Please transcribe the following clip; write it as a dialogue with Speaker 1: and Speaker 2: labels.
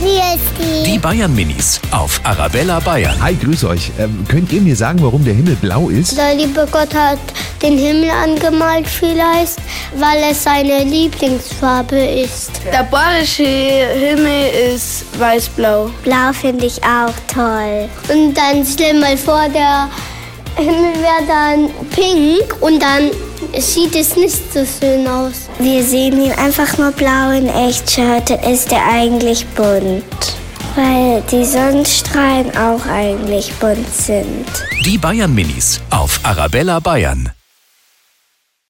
Speaker 1: Nils
Speaker 2: Die Bayern Minis auf Arabella Bayern.
Speaker 3: Hi, grüß euch. Ähm, könnt ihr mir sagen, warum der Himmel blau ist?
Speaker 1: Der liebe Gott hat den Himmel angemalt vielleicht, weil es seine Lieblingsfarbe ist.
Speaker 4: Der bayerische Himmel ist weiß-blau.
Speaker 1: Blau finde ich auch toll. Und dann stell mal vor, der Himmel wäre dann pink und dann sieht es nicht so schön aus. Wir sehen ihn einfach nur blau in echt. Heute ist er eigentlich bunt, weil die Sonnenstrahlen auch eigentlich bunt sind.
Speaker 2: Die Bayern Minis auf Arabella Bayern.